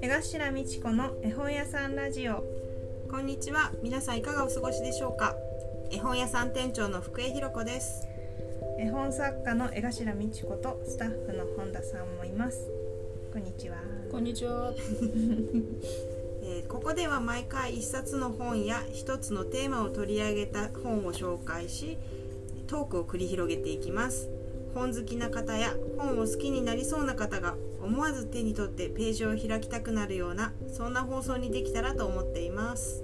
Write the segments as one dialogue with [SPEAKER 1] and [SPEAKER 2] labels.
[SPEAKER 1] 頭美智子の絵本屋さんラジオ
[SPEAKER 2] こんにちは。皆さんいかがお過ごしでしょうか。絵本屋さん店長の福江弘子です。
[SPEAKER 1] 絵本作家の江頭美智子とスタッフの本田さんもいますこんにちは
[SPEAKER 3] こんにちは。
[SPEAKER 2] えーここでは毎回一冊の本や一つのテーマを取り上げた本を紹介し、トークを繰り広げていきます。本好きな方や本を好きになりそうな方が思わず手に取ってページを開きたくなるようなそんな放送にできたらと思っています。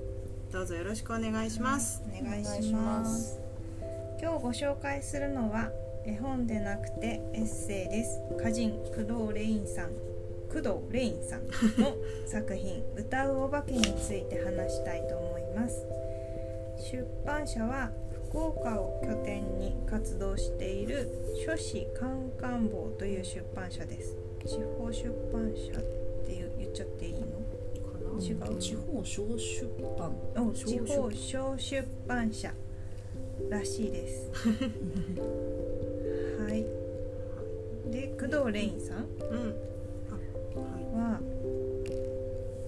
[SPEAKER 2] どうぞよろしくお願いします。
[SPEAKER 1] お願
[SPEAKER 3] お
[SPEAKER 1] い
[SPEAKER 3] 願い
[SPEAKER 1] し
[SPEAKER 3] し
[SPEAKER 1] ま
[SPEAKER 3] ますす
[SPEAKER 1] 今日ご紹介するのは絵本でなくてエッセイです歌人工藤レインさん工藤レインさんの作品「歌うお化け」について話したいと思います出版社は福岡を拠点に活動している書誌カンカン坊という出版社です地方出版社っていう言っちゃっていいの違う
[SPEAKER 3] 地方小出版。
[SPEAKER 1] う
[SPEAKER 3] 小
[SPEAKER 1] ん地
[SPEAKER 3] 出
[SPEAKER 1] 方小出版社らしいです はいで工藤レインさん
[SPEAKER 2] うん。あはい
[SPEAKER 1] は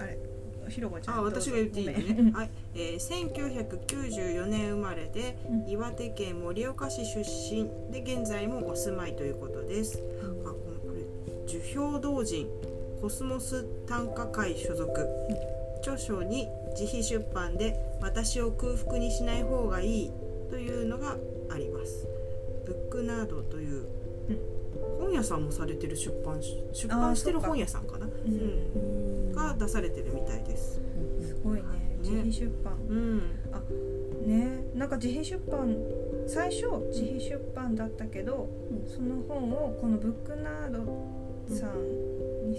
[SPEAKER 1] あれひろこちゃん
[SPEAKER 2] あ、
[SPEAKER 1] どうぞ
[SPEAKER 2] 私が言っていいの
[SPEAKER 1] ごめん
[SPEAKER 2] ね。 はい、えー1994年生まれで
[SPEAKER 1] うん
[SPEAKER 2] 岩手県盛岡市出身で現在もお住まいということです。あ、このこれ樹氷同人コスモス短歌会所属。著書に自費出版で私を空腹にしない方がいいというのがあります。ブックナードという
[SPEAKER 1] うん
[SPEAKER 2] 本屋さんもされてる出版し出版してる本屋さんかな
[SPEAKER 1] う
[SPEAKER 3] うん
[SPEAKER 1] ん
[SPEAKER 2] が出されてるみたいです。
[SPEAKER 1] すごいね自費出版
[SPEAKER 2] うん。
[SPEAKER 1] ねなんか自費出版最初自費出版だったけど、
[SPEAKER 3] うん
[SPEAKER 1] その本をこのブックナードさんに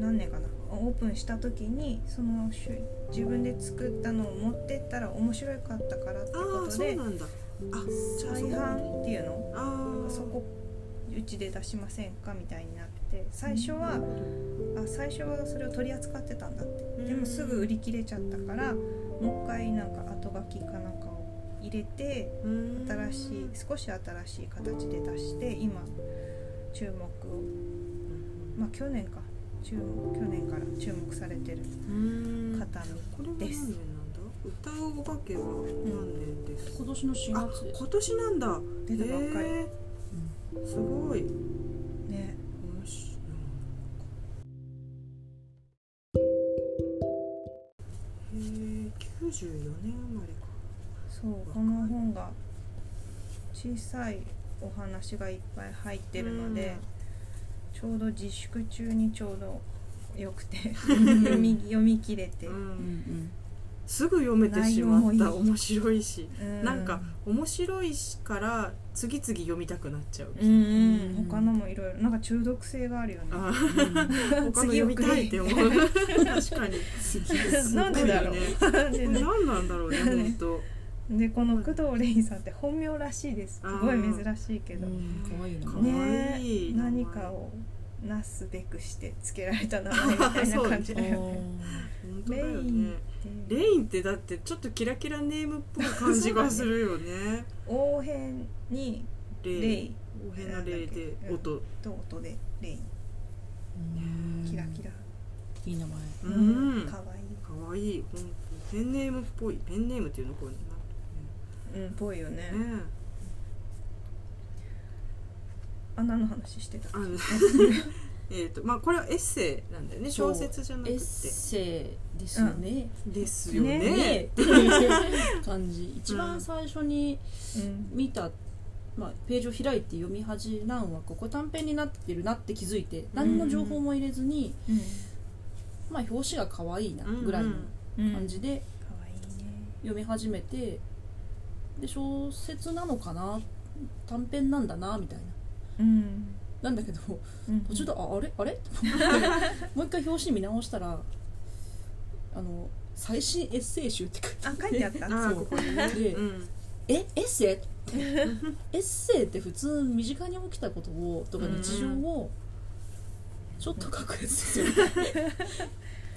[SPEAKER 1] 何年かなオープンした時にそのしゅ自分で作ったのを持ってったら面白かったからっていう
[SPEAKER 2] あ
[SPEAKER 1] こ
[SPEAKER 2] あ
[SPEAKER 1] と
[SPEAKER 2] そう
[SPEAKER 1] で
[SPEAKER 2] なんだあじゃあ
[SPEAKER 1] 再
[SPEAKER 2] そう
[SPEAKER 1] 販っていうの
[SPEAKER 2] あー
[SPEAKER 1] そこうちで出しませんかみたいになって最初は、あ最初はそれを取り扱ってたんだってでもすぐ売り切れちゃったからもう一回なんか後書きかなんかを入れて
[SPEAKER 2] うん
[SPEAKER 1] 新しい少し新しい形で出して今注目をまあ去年か注目去年から注目されてる
[SPEAKER 2] うん
[SPEAKER 1] 方の
[SPEAKER 2] これは何
[SPEAKER 1] で
[SPEAKER 2] 年
[SPEAKER 1] す
[SPEAKER 2] なんだ歌うお化けは何年です
[SPEAKER 3] 今年の4
[SPEAKER 2] あ
[SPEAKER 3] 月です。
[SPEAKER 2] 今年なんだ
[SPEAKER 1] 出たばっかり、
[SPEAKER 2] えーすごいよ
[SPEAKER 1] ね
[SPEAKER 2] しへー94年生まれか
[SPEAKER 1] そうこの本が小さいお話がいっぱい入ってるので、ちょうど自粛中にちょうどよく て読み読み切れて、
[SPEAKER 2] う
[SPEAKER 3] うんん
[SPEAKER 2] すぐ読めてしまっ
[SPEAKER 1] 内容
[SPEAKER 2] た
[SPEAKER 1] もいい
[SPEAKER 2] 面白いし
[SPEAKER 1] うん
[SPEAKER 2] なんか面白いしから次々読みたくなっちゃう、
[SPEAKER 1] うんう
[SPEAKER 3] うんん
[SPEAKER 1] 他のもいろいろなんか中毒性があるよね
[SPEAKER 2] あー
[SPEAKER 3] うんうん
[SPEAKER 2] 他の読みたいって思う確かにすごい よ
[SPEAKER 1] なん
[SPEAKER 2] ね
[SPEAKER 1] でだろうで
[SPEAKER 2] これ何なんだろうね本当
[SPEAKER 1] でこの工藤レインさんって本名らしいですすごい珍しいけど、
[SPEAKER 3] 可愛いな。
[SPEAKER 2] 可愛い
[SPEAKER 1] ねえ
[SPEAKER 2] 名前
[SPEAKER 1] 何かをなすべくしてつけられた名前みたいな感じだ よね
[SPEAKER 2] 本当だよ
[SPEAKER 1] レイン
[SPEAKER 2] ねレインってだってちょっとキラキラネームっぽい感じがするよね
[SPEAKER 1] 王編に
[SPEAKER 2] レ
[SPEAKER 1] レ
[SPEAKER 2] イ
[SPEAKER 1] イ
[SPEAKER 2] おへなレイで
[SPEAKER 1] なんだっけ
[SPEAKER 2] 音
[SPEAKER 1] と音でレイン
[SPEAKER 3] うん
[SPEAKER 1] キラキラ、
[SPEAKER 3] いい名前。
[SPEAKER 2] う
[SPEAKER 1] うんかわいい
[SPEAKER 2] 可愛い本当ペンネームっぽいペンネームっていうのこういう
[SPEAKER 1] うんぽいよね、
[SPEAKER 2] のね
[SPEAKER 1] あ何の話してた
[SPEAKER 2] あの えっとまあこれはエッセイなんだよね
[SPEAKER 3] そう
[SPEAKER 2] 小説じゃなく
[SPEAKER 3] エ
[SPEAKER 2] て
[SPEAKER 3] ッセイですよね。
[SPEAKER 2] ですよね
[SPEAKER 3] ねっていう感じ。一番最初に
[SPEAKER 1] うん
[SPEAKER 3] 見た。まあ、ページを開いて読み始めなんはここ短編になってるなって気づいて何の情報も入れずに、
[SPEAKER 1] うん
[SPEAKER 3] まあ、表紙が可愛いな
[SPEAKER 2] うんうん
[SPEAKER 3] ぐらいの
[SPEAKER 1] うん
[SPEAKER 3] 感じで
[SPEAKER 1] かわいいね
[SPEAKER 3] 読み始めてで小説なのかな短編なんだなみたいな
[SPEAKER 1] うん、
[SPEAKER 3] なんだけど
[SPEAKER 1] うん、
[SPEAKER 3] 途中で「ああれあれ?」と思って もう一回表紙見直したら「あの最新エッセイ集」って書いて
[SPEAKER 1] あ書いてあった
[SPEAKER 2] ああ
[SPEAKER 3] そ
[SPEAKER 2] こ
[SPEAKER 3] う
[SPEAKER 2] こにね
[SPEAKER 3] で
[SPEAKER 2] うん
[SPEAKER 3] えエッセイ?」 ってエッセイって普通身近に起きたことをとか日常をちょっと書くやつです よね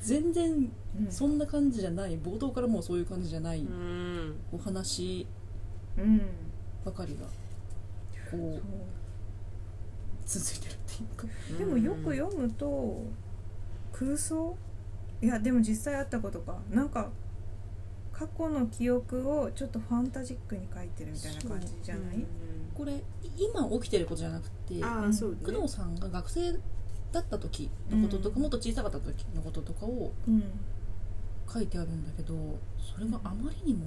[SPEAKER 3] 全然
[SPEAKER 1] うん
[SPEAKER 3] そんな感じじゃない冒頭からもうそういう感じじゃない
[SPEAKER 2] うん
[SPEAKER 3] お話
[SPEAKER 1] うん
[SPEAKER 3] ばかりがこう
[SPEAKER 1] そう
[SPEAKER 3] 続いてるっていうか
[SPEAKER 1] でもよく読むと空想いやでも実際あったことかなんか過去の記憶をちょっとファンタジックに書いてるみたいな感じじゃない、
[SPEAKER 3] これ今起きてることじゃなくて
[SPEAKER 2] ああそうね
[SPEAKER 3] 工藤さんが学生だった時のこととか、
[SPEAKER 1] うん
[SPEAKER 3] もっと小さかった時のこととかを
[SPEAKER 1] うん
[SPEAKER 3] 書いてあるんだけどそれがあまりにも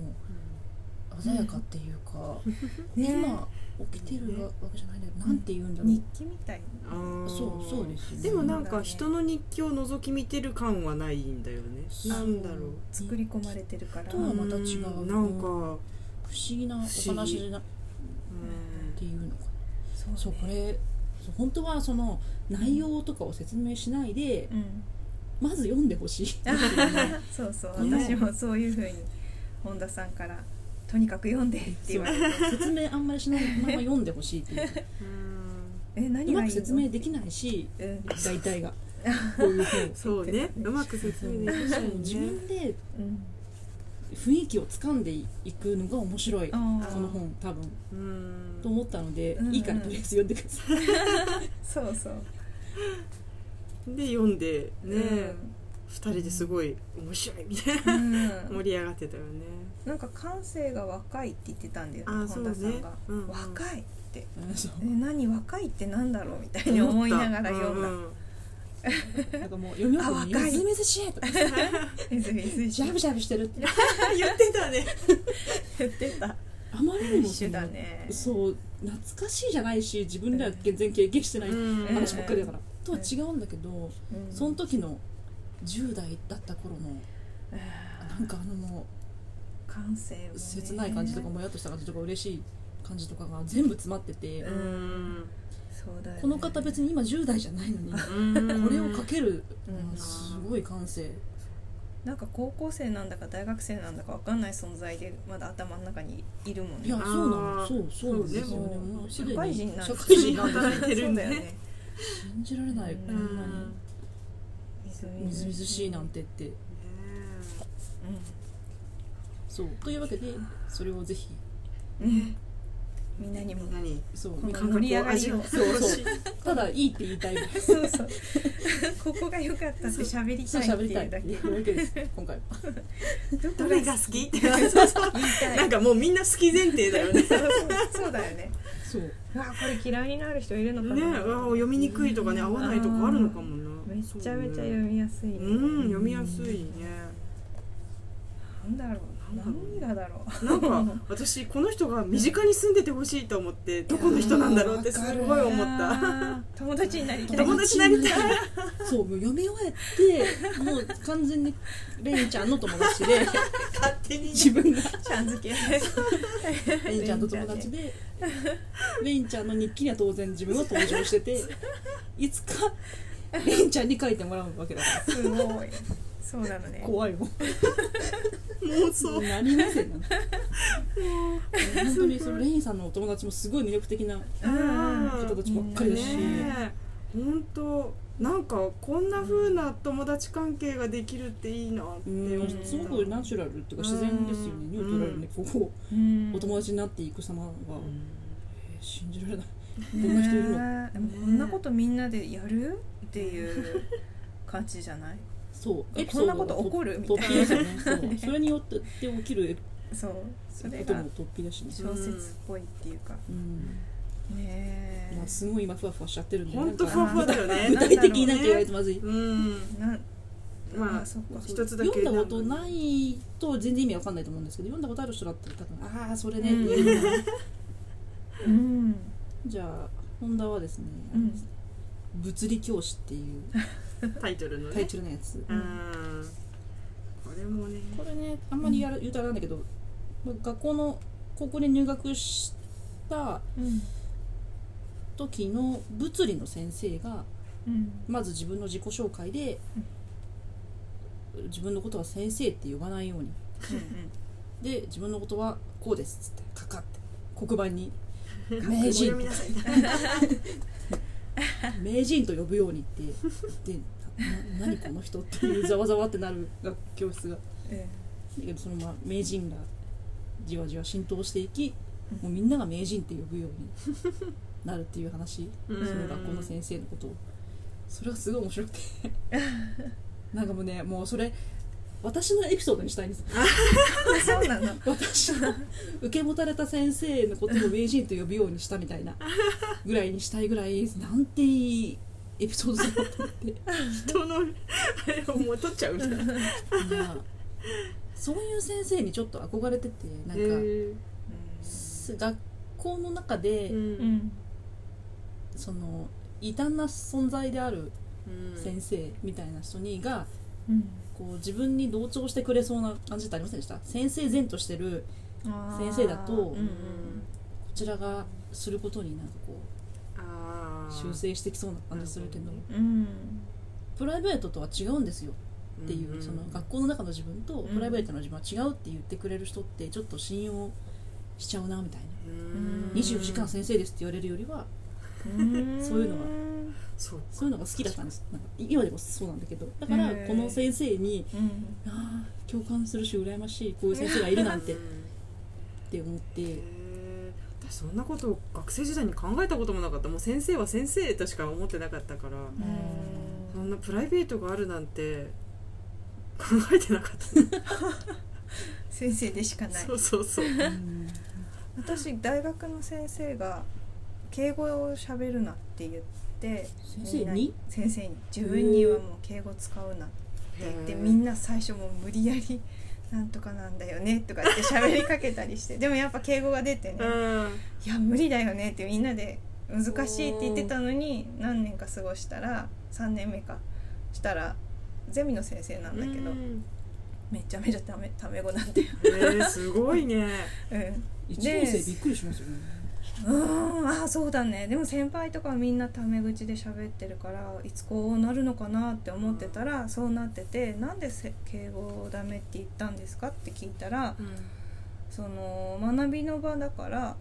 [SPEAKER 3] 鮮やかっていうか、
[SPEAKER 1] ね
[SPEAKER 3] 今起きてるわけじゃないんだけど、なんて言うんだろ
[SPEAKER 1] 日
[SPEAKER 3] う、
[SPEAKER 1] 記みたい
[SPEAKER 2] あー
[SPEAKER 3] そうそうですよね
[SPEAKER 2] でもなんか人の日記を覗き見てる感はないんだよね
[SPEAKER 3] そう
[SPEAKER 2] なんだろう
[SPEAKER 1] 作り込まれてるから
[SPEAKER 3] とはまた違うん
[SPEAKER 2] なんか
[SPEAKER 3] 不思議なお話な
[SPEAKER 2] う
[SPEAKER 3] っ
[SPEAKER 2] ん
[SPEAKER 3] ていうのか
[SPEAKER 1] そう,、
[SPEAKER 3] なそうこれそう本当はその内容とかを説明しないで、
[SPEAKER 1] うん
[SPEAKER 3] まず読んでほしい
[SPEAKER 1] そうそう
[SPEAKER 3] ね
[SPEAKER 1] 私もそういうふうに本田さんから「とにかく読んで」って言わ れて
[SPEAKER 3] 説明あんまりしないまま読んでほしいっていう
[SPEAKER 2] うん
[SPEAKER 1] え
[SPEAKER 3] う
[SPEAKER 1] 何が
[SPEAKER 3] ま
[SPEAKER 1] いい
[SPEAKER 3] く
[SPEAKER 1] の
[SPEAKER 3] 説明できないし
[SPEAKER 1] うん
[SPEAKER 3] 大体がこういう本を
[SPEAKER 2] そうねうまく説明できな
[SPEAKER 3] そ
[SPEAKER 2] いう
[SPEAKER 3] 自
[SPEAKER 2] ね
[SPEAKER 3] 分で
[SPEAKER 1] うん
[SPEAKER 3] 雰囲気を掴んでいくのが面白いこ
[SPEAKER 1] あ
[SPEAKER 2] ー
[SPEAKER 3] の本多分
[SPEAKER 2] うん
[SPEAKER 3] と思ったので、
[SPEAKER 1] うんうん
[SPEAKER 3] いいからとりあえず読んでください、
[SPEAKER 1] そうそう
[SPEAKER 2] で読んでね
[SPEAKER 1] うん
[SPEAKER 2] 二人ですごい面白いみ たいな
[SPEAKER 1] うん
[SPEAKER 2] 盛り上がってたよね
[SPEAKER 1] なんか感性が若いって言ってたんだよ
[SPEAKER 2] あ
[SPEAKER 1] ね
[SPEAKER 2] ーそう
[SPEAKER 1] 本
[SPEAKER 2] ね
[SPEAKER 1] 田さんが
[SPEAKER 2] うんうん
[SPEAKER 1] 若いって
[SPEAKER 3] うんそう
[SPEAKER 1] え何若いってなんだろうみたいに思いながら読んだ
[SPEAKER 2] うん
[SPEAKER 3] なんかもう読み終わって
[SPEAKER 1] あ若い
[SPEAKER 3] みずみずしい!」とか
[SPEAKER 1] みずみ
[SPEAKER 3] 「
[SPEAKER 1] ず
[SPEAKER 3] ジ
[SPEAKER 1] し
[SPEAKER 3] ャ
[SPEAKER 1] い
[SPEAKER 3] ブジャブしてる」って
[SPEAKER 2] 言ってたね
[SPEAKER 1] 言ってた
[SPEAKER 3] あまりにも
[SPEAKER 1] 一
[SPEAKER 3] そ
[SPEAKER 1] 緒
[SPEAKER 3] の
[SPEAKER 1] だね
[SPEAKER 3] そう懐かしいじゃないし自分では全然経験してない
[SPEAKER 1] ん
[SPEAKER 3] 話ばっかりだから、とは違うんだけど、
[SPEAKER 1] うん
[SPEAKER 3] その時の10代だった頃の
[SPEAKER 1] あ
[SPEAKER 3] なんかあのも
[SPEAKER 1] ー感性もね
[SPEAKER 3] う切ない感じとかもやっとした感じとか嬉しい感じとかが全部詰まってて、
[SPEAKER 1] うんそうだよね
[SPEAKER 3] この方別に今10代じゃないのに、これをかける、
[SPEAKER 1] うん
[SPEAKER 3] すごい感性
[SPEAKER 1] なんか高校生なんだか大学生なんだかわかんない存在でまだ頭の中にいるもん
[SPEAKER 3] いや
[SPEAKER 1] ね
[SPEAKER 2] あー
[SPEAKER 3] そうなのそうそうなんです
[SPEAKER 2] そ
[SPEAKER 3] よ
[SPEAKER 2] う
[SPEAKER 3] ね
[SPEAKER 2] ね
[SPEAKER 3] もう
[SPEAKER 1] 社
[SPEAKER 3] すで
[SPEAKER 1] 会
[SPEAKER 3] に
[SPEAKER 1] 人なん
[SPEAKER 3] 社
[SPEAKER 1] だ
[SPEAKER 3] 会人なんだ
[SPEAKER 2] 働いてるんだ
[SPEAKER 1] そう
[SPEAKER 2] よ
[SPEAKER 1] だよ
[SPEAKER 2] ね
[SPEAKER 1] ね
[SPEAKER 3] 信じられないこ
[SPEAKER 1] うん
[SPEAKER 3] な
[SPEAKER 2] うん
[SPEAKER 1] み ず
[SPEAKER 3] にみずみずしいなんてってそうというわけでそれをぜひ
[SPEAKER 1] うんうんみんなにも
[SPEAKER 2] 何
[SPEAKER 3] そう
[SPEAKER 1] この
[SPEAKER 3] 感覚を
[SPEAKER 1] 盛り上がりを
[SPEAKER 3] そうそうただいいって言いたい
[SPEAKER 1] そうそうここが良かったって喋り
[SPEAKER 3] そう
[SPEAKER 1] たいっ
[SPEAKER 3] 喋
[SPEAKER 1] て
[SPEAKER 3] り
[SPEAKER 1] い
[SPEAKER 3] たいうっ
[SPEAKER 1] だ
[SPEAKER 3] て
[SPEAKER 1] け
[SPEAKER 3] いうだけです今回は
[SPEAKER 1] ど
[SPEAKER 2] どれが好きって
[SPEAKER 1] 言いたい
[SPEAKER 2] なんかもうみんな好き前提だよね
[SPEAKER 1] そうそうそうだよね
[SPEAKER 3] そう
[SPEAKER 1] うわこれ嫌いになる人いるのか
[SPEAKER 2] ね
[SPEAKER 1] な
[SPEAKER 2] うわ読みにくいとかね合わないとこあるのかもな
[SPEAKER 1] めちゃめちゃ
[SPEAKER 2] そう
[SPEAKER 1] 読
[SPEAKER 2] ね
[SPEAKER 1] みやすいね
[SPEAKER 2] うん読みやすいね
[SPEAKER 1] なんだろう何がだろう
[SPEAKER 2] なんか私この人が身近に住んでてほしいと思ってどこの人なんだろうってすごい思った
[SPEAKER 1] た友達になりたい
[SPEAKER 2] 友達になりた
[SPEAKER 3] いそうもう読み終えてもう完全にレイちゃんの友達で
[SPEAKER 2] 勝手に
[SPEAKER 3] 自分が
[SPEAKER 1] ちゃん付け
[SPEAKER 3] レイちゃんと友達でレイちゃんの日記には当然自分は登場してていつかレイちゃんに書いてもらうわけだか
[SPEAKER 1] すごいそうなのね
[SPEAKER 3] ら怖いもん
[SPEAKER 2] 妄想
[SPEAKER 3] 何目線なの本当にそのレインさんのお友達もすごい魅力的な
[SPEAKER 2] うん
[SPEAKER 3] 方たちばっかりだし、
[SPEAKER 2] ねえ本当なんかこんな風な友達関係ができるっていいなって
[SPEAKER 3] う
[SPEAKER 2] 思っ
[SPEAKER 3] ん
[SPEAKER 2] た
[SPEAKER 3] すごくナチュラルっていうか自然ですよねニュートラルにこう
[SPEAKER 1] うん
[SPEAKER 3] お友達になっていく様が、えー信じられないこんな人いるの
[SPEAKER 1] ねえでもこんなことみんなでやるっていう感じじゃない
[SPEAKER 3] そう
[SPEAKER 1] え
[SPEAKER 3] エピソードが
[SPEAKER 1] こんなこと起こるみたいな
[SPEAKER 3] 突飛ですよねそう それによって起きる
[SPEAKER 1] そうそれ
[SPEAKER 3] こと
[SPEAKER 1] が
[SPEAKER 3] も突飛だしね、
[SPEAKER 1] 小説っぽいっていうか
[SPEAKER 3] うん
[SPEAKER 1] ね
[SPEAKER 3] まあ、すごい今ふわふわしちゃってるんで
[SPEAKER 2] 本当
[SPEAKER 3] なん
[SPEAKER 2] ふ
[SPEAKER 3] か
[SPEAKER 2] わふわだよね
[SPEAKER 3] 具体的に
[SPEAKER 2] なだろう
[SPEAKER 3] なんんか
[SPEAKER 2] ね
[SPEAKER 3] 言われてまずい、
[SPEAKER 2] うん
[SPEAKER 1] えなん
[SPEAKER 2] まあ
[SPEAKER 1] そっか
[SPEAKER 2] 一つだけ
[SPEAKER 3] 読んだことないと全然意味わかんないと思うんですけど読んだことある人だったら多分ああそれねって言えるような
[SPEAKER 1] うん
[SPEAKER 3] じゃあ本田はですね、
[SPEAKER 1] うん
[SPEAKER 3] 物理教師っていう
[SPEAKER 2] タイトルの
[SPEAKER 3] タイ
[SPEAKER 2] ね
[SPEAKER 3] トルのやつ
[SPEAKER 2] うんこれもね
[SPEAKER 3] これねあんまりやる言うたらなんだけど、まあ学校の高校に入学した
[SPEAKER 1] うん
[SPEAKER 3] 時の物理の先生が
[SPEAKER 1] うん
[SPEAKER 3] まず自分の自己紹介で、自分のことは先生って呼ばないようにで自分のことはこうですっつってかかって黒板に
[SPEAKER 2] かっこいい
[SPEAKER 3] 名
[SPEAKER 2] 読みな
[SPEAKER 3] 人
[SPEAKER 2] さい
[SPEAKER 3] 名人と呼ぶようにって言って な何この人っていうざわざわってなる学教室がだ
[SPEAKER 1] え
[SPEAKER 3] けどそのまま名人がじわじわ浸透していきもうみんなが名人って呼ぶようになるっていう 話その学校の先生のことをそれはすごい面白くてなんかもうねもうそれ私のエピソードにしたいんです
[SPEAKER 1] そうなの
[SPEAKER 3] 私の受け持たれた先生のことを名人と呼ぶようにしたみたい なぐらいにしたいぐらいなんていいエピソードだなと思ってい
[SPEAKER 2] 人のあれをもう取っちゃう みたいななんか、
[SPEAKER 3] やそういう先生にちょっと憧れててなんか、す学校の中で、
[SPEAKER 1] うんうん
[SPEAKER 3] その異端な存在である
[SPEAKER 2] 先
[SPEAKER 3] 先生みたいな人にが
[SPEAKER 1] うん
[SPEAKER 3] こう自分に同調してくれそうな感じってありませんでした先生善としてる
[SPEAKER 1] あー
[SPEAKER 3] 先生だと
[SPEAKER 1] うん
[SPEAKER 2] 生、うん、
[SPEAKER 3] こちらがすることになんかこ
[SPEAKER 2] あ
[SPEAKER 3] う
[SPEAKER 2] ー
[SPEAKER 3] 修正してきそうな感じするけど
[SPEAKER 2] なるほ
[SPEAKER 1] うんうん
[SPEAKER 3] プライベートとは違うんですよっていう、
[SPEAKER 2] んん
[SPEAKER 3] その学校の中の自分と
[SPEAKER 1] ん
[SPEAKER 3] プライベートの自分は違うって言ってくれる人ってちょっと信用しちゃうなみたいな、
[SPEAKER 2] うん
[SPEAKER 3] 24時間先生ですって言われるよりはそういうのは
[SPEAKER 2] そう
[SPEAKER 3] そういうのが好きだったんですなんか今でもそうなんだけどだから
[SPEAKER 1] へー
[SPEAKER 3] この先生に
[SPEAKER 1] うん
[SPEAKER 3] あー共感するし羨ましいこういう先生がいるなんてって思って
[SPEAKER 2] へー私そんなこと学生時代に考えたこともなかったもう先生は先生としか思ってなかったからそんなプライベートがあるなんて考えてなかった、
[SPEAKER 1] 先生でしかない
[SPEAKER 2] そうそうそう
[SPEAKER 3] うん
[SPEAKER 1] 私大学の先生が敬語を喋るなって言って
[SPEAKER 3] 先生に
[SPEAKER 1] みんな先生に自分にはもう敬語使うなって言ってみんな最初もう無理やり なんとかなんだよねとかって喋りかけたり してでもやっぱ敬語が出てね
[SPEAKER 2] うん
[SPEAKER 1] いや無理だよねってみんなで難しいって言ってたのに何年か過ごしたら3年目かしたらゼミの先生なんだけど
[SPEAKER 2] うん
[SPEAKER 1] めちゃめちゃためため語なんだよ、
[SPEAKER 2] えー、すごいね
[SPEAKER 1] うん、
[SPEAKER 3] 1年生びっくりしますよね
[SPEAKER 1] うーんあーそうだねでも先輩とかはみんなタメ口で喋ってるからいつこうなるのかなって思ってたらそうなっててなんでせ敬語をダメって言ったんですかって聞いたらその学びの場だから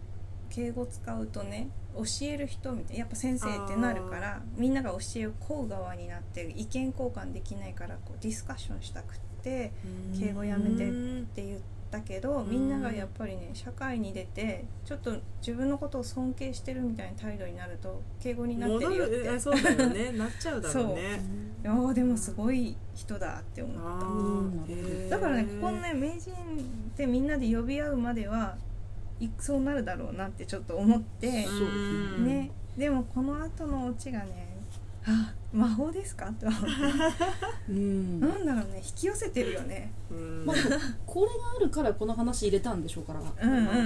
[SPEAKER 1] 敬語使うとね教える人みたいやっぱ先生ってなるからみんなが教えを請う側になって意見交換できないからこうディスカッションしたくって敬語やめて
[SPEAKER 2] うん
[SPEAKER 1] って言ったけど
[SPEAKER 2] ん
[SPEAKER 1] みんながやっぱりね社会に出てちょっと自分のことを尊敬してるみたいな態度になると敬語になって
[SPEAKER 2] 戻
[SPEAKER 1] るよっ
[SPEAKER 2] る
[SPEAKER 1] て
[SPEAKER 2] えそうだよねなっちゃうだろうね
[SPEAKER 1] ああでもすごい人だって思
[SPEAKER 2] あ
[SPEAKER 1] っ
[SPEAKER 2] ー
[SPEAKER 3] う
[SPEAKER 2] へー
[SPEAKER 1] ただからねここのね名人ってみんなで呼び合うまではいそうなるだろうなってちょっと思って
[SPEAKER 3] そうです
[SPEAKER 2] うん
[SPEAKER 1] ねでもこの後のオチがねあ魔法ですかと思って
[SPEAKER 3] うん
[SPEAKER 1] なんだろうね引き寄せてるよね
[SPEAKER 2] うん
[SPEAKER 3] まあでもこれがあるからこの話入れたんでしょうから
[SPEAKER 1] うんう
[SPEAKER 2] まあね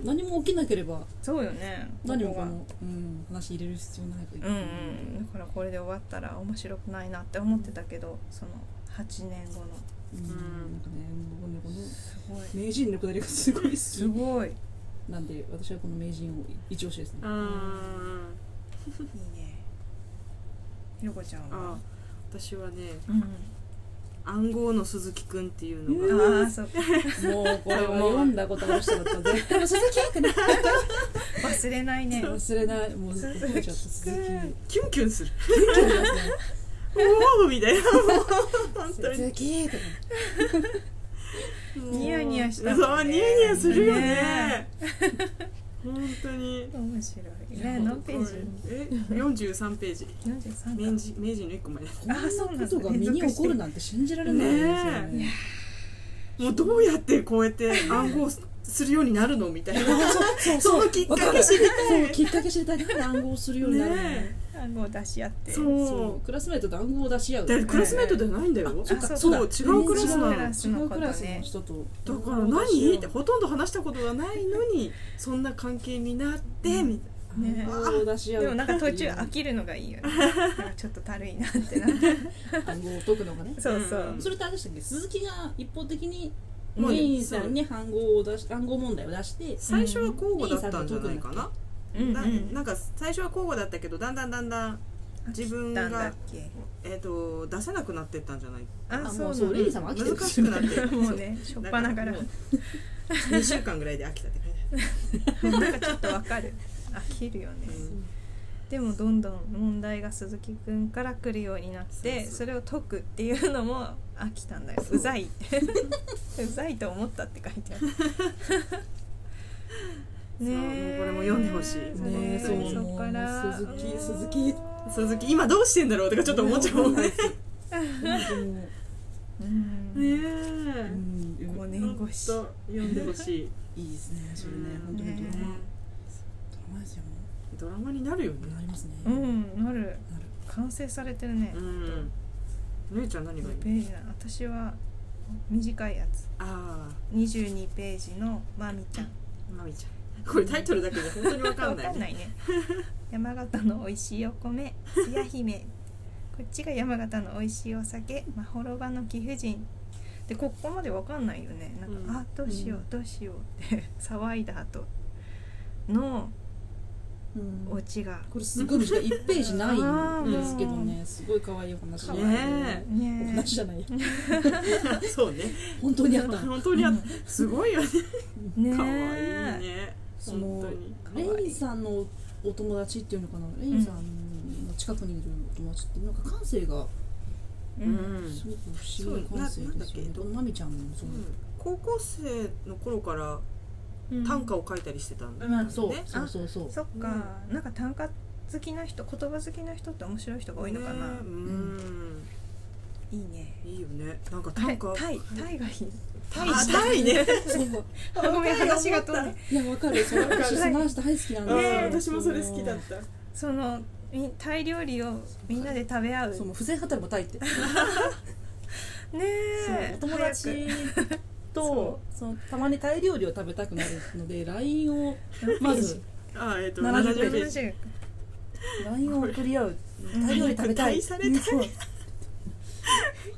[SPEAKER 1] ん
[SPEAKER 3] 何も起きなければ
[SPEAKER 1] そうよね
[SPEAKER 3] 何も
[SPEAKER 1] こ
[SPEAKER 3] こ
[SPEAKER 1] こが
[SPEAKER 3] の、うん、話入れる必要ないという
[SPEAKER 1] うんうん、だからこれで終わったら面白くないなって思ってたけどその8年後の
[SPEAKER 3] うんなんかねもうねこの
[SPEAKER 1] すごい
[SPEAKER 3] 名人のくだりがすごい
[SPEAKER 1] す
[SPEAKER 3] 好
[SPEAKER 1] ごいいい
[SPEAKER 3] きなんで私はこの名人を一押しですね
[SPEAKER 2] うん
[SPEAKER 1] ねひろこちゃん
[SPEAKER 2] あ
[SPEAKER 1] は
[SPEAKER 2] 私はね
[SPEAKER 1] うん、
[SPEAKER 2] 暗号の鈴木くんっていうのが、
[SPEAKER 1] ああそうか
[SPEAKER 3] もうこれは読んだことある人だったら絶対忘れてな
[SPEAKER 1] 忘れないね
[SPEAKER 3] い忘れないもう覚えちゃった鈴木
[SPEAKER 2] キュンキュンす る
[SPEAKER 3] 元気だね
[SPEAKER 2] おおみたいなもう本当に
[SPEAKER 3] 鈴木とか
[SPEAKER 1] ニヤニヤしたもんね
[SPEAKER 2] そうニヤニヤするよね
[SPEAKER 1] ね
[SPEAKER 2] 本当に
[SPEAKER 1] 面白い
[SPEAKER 3] い
[SPEAKER 1] ね
[SPEAKER 3] や
[SPEAKER 1] 何ページ
[SPEAKER 2] え43ページ明
[SPEAKER 1] 43
[SPEAKER 2] 治明治の1個前
[SPEAKER 3] こんな
[SPEAKER 1] あそうな
[SPEAKER 3] こ
[SPEAKER 1] んだ
[SPEAKER 3] とが身に起こるなんて信じられないですよね
[SPEAKER 2] ねもうどうやってこうやって暗号するようになるのみ たいな
[SPEAKER 3] そう
[SPEAKER 2] そのきっかけ知りたい
[SPEAKER 3] そうきっかけ知りたいなんで暗号するようになるの
[SPEAKER 2] ね
[SPEAKER 1] だ暗号を出し合って
[SPEAKER 2] そう
[SPEAKER 3] そうクラスメートと暗号を出し合う
[SPEAKER 2] だってクラスメートではないんだよ、
[SPEAKER 1] あそっか
[SPEAKER 2] そう
[SPEAKER 3] そ
[SPEAKER 2] 違うクラスなの
[SPEAKER 1] 違うクラ
[SPEAKER 2] だ
[SPEAKER 1] ス
[SPEAKER 3] 違うクラスの人と
[SPEAKER 2] から何ってほとんど話したことがないのにそんな関係になってみたい
[SPEAKER 1] ね
[SPEAKER 3] 暗号を出し合う
[SPEAKER 1] でもなんか途中飽きるのがいい よねなんかちょっとたるいなってなって
[SPEAKER 3] 暗号を解くのがね
[SPEAKER 1] そうそううん
[SPEAKER 3] それってあれでしたっけ鈴木が一方的に
[SPEAKER 2] もう
[SPEAKER 3] メインさんに暗号を出し暗号問題を出して
[SPEAKER 2] 最初は交互だったんじゃないかな、
[SPEAKER 1] うん
[SPEAKER 2] な
[SPEAKER 1] うん
[SPEAKER 2] なんか最初は交互だったけどだんだんだんだん、自分が
[SPEAKER 1] 飽きたんだっけ
[SPEAKER 2] えー、と出せなくなってったんじゃない
[SPEAKER 1] あ
[SPEAKER 3] あも
[SPEAKER 1] そうな
[SPEAKER 3] うんそう
[SPEAKER 1] だ
[SPEAKER 3] レイさんも飽きてる
[SPEAKER 2] 難しくなってる
[SPEAKER 1] もうね、しょっぱなから。
[SPEAKER 2] もう2週間ぐらいで飽きたって感じ
[SPEAKER 1] なんかちょっとわかる。飽きるよね。でもどんどん問題が鈴木くんから来るようになって、
[SPEAKER 2] そうそう
[SPEAKER 1] それを解くっていうのも飽きたんだよ。
[SPEAKER 2] そう
[SPEAKER 1] うざい。 うざいと思ったって書いてある。ねえ
[SPEAKER 2] そうもうこれも読んでほしい
[SPEAKER 1] そう
[SPEAKER 3] ねえ
[SPEAKER 1] ね、
[SPEAKER 3] そう
[SPEAKER 1] そっから
[SPEAKER 3] 鈴木鈴木
[SPEAKER 2] 鈴木今どうしてんだろうとかちょっと思っちゃうもんね
[SPEAKER 3] 本当にね
[SPEAKER 1] うん
[SPEAKER 2] ね
[SPEAKER 3] う
[SPEAKER 2] え
[SPEAKER 3] ん
[SPEAKER 1] 五
[SPEAKER 2] ほ
[SPEAKER 1] 年
[SPEAKER 2] んと
[SPEAKER 1] 越し
[SPEAKER 2] 読んでほしい
[SPEAKER 3] いいですねそれね本当にドラマ
[SPEAKER 1] ね
[SPEAKER 3] ドラマですよも
[SPEAKER 2] ドラマになるよ
[SPEAKER 3] う
[SPEAKER 2] ね
[SPEAKER 3] なりますね
[SPEAKER 1] うんなる
[SPEAKER 3] なる
[SPEAKER 1] 完成されてるね
[SPEAKER 2] うんぬえちゃん何がいい
[SPEAKER 1] 5ページな私は短いやつ
[SPEAKER 2] あ
[SPEAKER 1] 22ページのまみちゃん
[SPEAKER 2] あまみちゃんこれタイトルだけで本当にわかんない
[SPEAKER 1] わかんない ね山形の美味しいお米つや姫こっちが山形の美味しいお酒まほろばの貴婦人でここまでわかんないよねなんか、
[SPEAKER 2] うん
[SPEAKER 1] あどうしよう、
[SPEAKER 3] うん
[SPEAKER 1] どうしようって 騒いだ後の
[SPEAKER 3] うん
[SPEAKER 1] オチが、
[SPEAKER 3] これすごい短い1ページないんですけどねすごい可愛いお話
[SPEAKER 1] 可愛い
[SPEAKER 2] ね
[SPEAKER 3] お
[SPEAKER 1] ね
[SPEAKER 3] 話じゃないや
[SPEAKER 2] そうね
[SPEAKER 3] 本当にあった
[SPEAKER 2] 本当にあったすごいよね
[SPEAKER 1] えね
[SPEAKER 2] 可
[SPEAKER 1] え
[SPEAKER 2] 愛いね
[SPEAKER 3] そ
[SPEAKER 2] 本
[SPEAKER 3] の
[SPEAKER 2] 当に
[SPEAKER 1] 可愛い
[SPEAKER 3] レインさんのお友達っていうのかなレインさんの近くにいるお友達ってなんか感性が
[SPEAKER 1] う
[SPEAKER 2] うん
[SPEAKER 1] ん
[SPEAKER 3] すごく不思議な感性
[SPEAKER 2] そうな
[SPEAKER 3] ですよ
[SPEAKER 2] なんだっけ
[SPEAKER 3] ねこのまみちゃんもそう
[SPEAKER 2] うん高校生の頃から
[SPEAKER 1] うん
[SPEAKER 2] 短歌を書いたりしてたんだよ
[SPEAKER 3] ま
[SPEAKER 2] ね
[SPEAKER 3] あそう
[SPEAKER 2] ね
[SPEAKER 3] そうそうそう
[SPEAKER 1] そっか、なんか短歌好きな人言葉好きな人って面白い人が多いのかな、
[SPEAKER 2] うん
[SPEAKER 1] いいね
[SPEAKER 2] いいよねなんか
[SPEAKER 1] あ
[SPEAKER 2] 短
[SPEAKER 1] れ
[SPEAKER 2] 歌
[SPEAKER 1] タイタイがいい
[SPEAKER 2] タイタイね
[SPEAKER 3] そう
[SPEAKER 1] ごめん話が飛んだ
[SPEAKER 3] いやわかるそれ私その話大好きなん
[SPEAKER 2] うん
[SPEAKER 3] です
[SPEAKER 2] 私もそれ好きだった
[SPEAKER 1] そのみタイ料理をみんなで食べ合う
[SPEAKER 3] そうもう不正働きもタイって
[SPEAKER 1] ね
[SPEAKER 3] そう
[SPEAKER 1] え
[SPEAKER 3] お友達とそのたまにタイ料理を食べたくなるので LINE をまず
[SPEAKER 2] あーえっと
[SPEAKER 3] 70
[SPEAKER 2] 70ページ
[SPEAKER 1] 早く
[SPEAKER 3] LINE を送り合うタイ料理食べたい
[SPEAKER 2] タイされたい
[SPEAKER 3] うんそう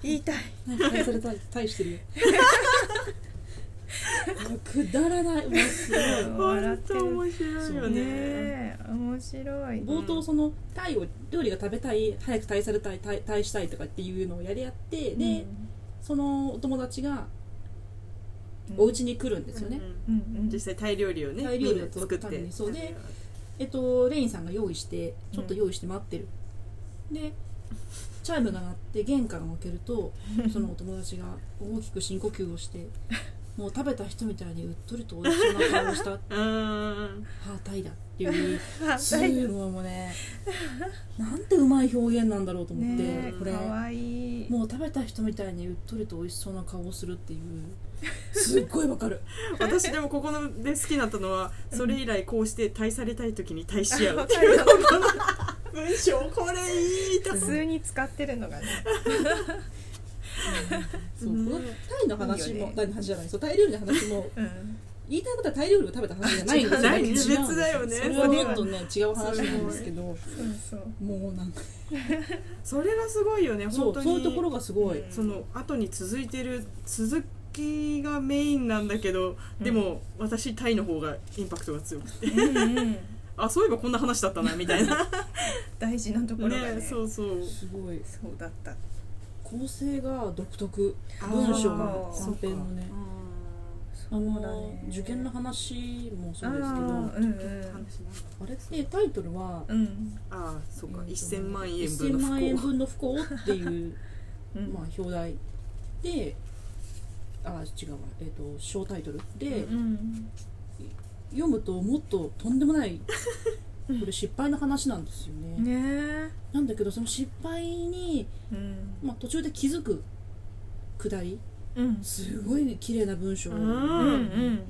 [SPEAKER 1] 言いたい
[SPEAKER 3] なんか愛されたい大してるよもうくだらないもうすごい
[SPEAKER 1] 笑
[SPEAKER 2] 本
[SPEAKER 1] って
[SPEAKER 2] 当
[SPEAKER 1] る
[SPEAKER 2] 面白いよね
[SPEAKER 1] ねえ面白い
[SPEAKER 3] 冒頭そのタイを料理が食べたい早くタイされたいタイタイしたいとかっていうのをやり合ってで、そのお友達がお家に来るんですよね、
[SPEAKER 1] うんうん
[SPEAKER 2] 実際タイ料理をね
[SPEAKER 3] タイ料理を
[SPEAKER 2] みんな作っ
[SPEAKER 3] 作ったの
[SPEAKER 2] て
[SPEAKER 3] にそうねえっとレインさんが用意してちょっと用意して待ってる、でチャイムが鳴って玄関を開ける とそのお友達が大きく深呼吸をしてもう食べた人みたいにうっとりとおいしそうな顔を した
[SPEAKER 2] うーん
[SPEAKER 3] はあタイだっていう
[SPEAKER 1] あ
[SPEAKER 3] すごいもうねなんてうまい表現なんだろうと思って、
[SPEAKER 1] ね
[SPEAKER 3] こ
[SPEAKER 1] え
[SPEAKER 3] れ
[SPEAKER 1] かわいい
[SPEAKER 3] もう食べた人みたいにうっとりと美味しそうな顔をするっていう すっごいわかる
[SPEAKER 2] 私でもここので好きになったのはそれ以来こうして対されたい時に対し合う
[SPEAKER 1] わかるよ
[SPEAKER 2] 文章これいいと
[SPEAKER 1] 普通に使ってるのがね
[SPEAKER 3] そう
[SPEAKER 2] ね
[SPEAKER 3] このタイの話
[SPEAKER 1] いいよ
[SPEAKER 3] も
[SPEAKER 1] ね
[SPEAKER 3] タイの話じゃないそうタイ料理の話も
[SPEAKER 1] うん
[SPEAKER 3] 言いたいことはタイ料理を食べた話じゃないんですよ
[SPEAKER 2] あ違う
[SPEAKER 3] 違うんです
[SPEAKER 2] 別だよね
[SPEAKER 3] それはもっとね違う話なんですけども
[SPEAKER 1] そうそう
[SPEAKER 3] うなんか
[SPEAKER 2] それがすごいよね本
[SPEAKER 3] そ
[SPEAKER 2] 当
[SPEAKER 3] う
[SPEAKER 2] に
[SPEAKER 3] そういうところがすごい、
[SPEAKER 1] うん
[SPEAKER 2] その後に続いてる続きがメインなんだけど、
[SPEAKER 1] うん
[SPEAKER 2] でも私タイの方がインパクトが強くて
[SPEAKER 1] うんうん
[SPEAKER 2] あそういえばこんな話だったなみたいな
[SPEAKER 1] 大事なところがね
[SPEAKER 2] ねそうそう
[SPEAKER 3] すごい
[SPEAKER 1] そうだった
[SPEAKER 3] 構成が独特
[SPEAKER 2] あー
[SPEAKER 3] 文章も
[SPEAKER 1] そ
[SPEAKER 3] 短編のねあ
[SPEAKER 1] そうだ
[SPEAKER 3] の
[SPEAKER 1] ね
[SPEAKER 3] 受験の話も
[SPEAKER 1] あ
[SPEAKER 3] そ
[SPEAKER 1] あ
[SPEAKER 3] うですけど
[SPEAKER 1] ー
[SPEAKER 3] あ
[SPEAKER 1] うん
[SPEAKER 3] れってタイトルは
[SPEAKER 1] うんうん
[SPEAKER 2] ああそうか
[SPEAKER 3] えーと
[SPEAKER 2] 1000万円分の
[SPEAKER 3] 1000万円
[SPEAKER 2] 不幸
[SPEAKER 3] 分の不幸っ ていう、
[SPEAKER 1] うん
[SPEAKER 3] まあ、表題であ違うわ、えー、と小タイトルで、
[SPEAKER 1] うん
[SPEAKER 3] 読むともっととんでもないこれ失敗の話なんですよね、
[SPEAKER 1] ねえ
[SPEAKER 3] なんだけどその失敗に、
[SPEAKER 1] うん
[SPEAKER 3] まあ、途中で気づくくだり
[SPEAKER 1] うん
[SPEAKER 3] すごい綺麗な文章、
[SPEAKER 2] うん
[SPEAKER 3] なんか
[SPEAKER 1] うんうん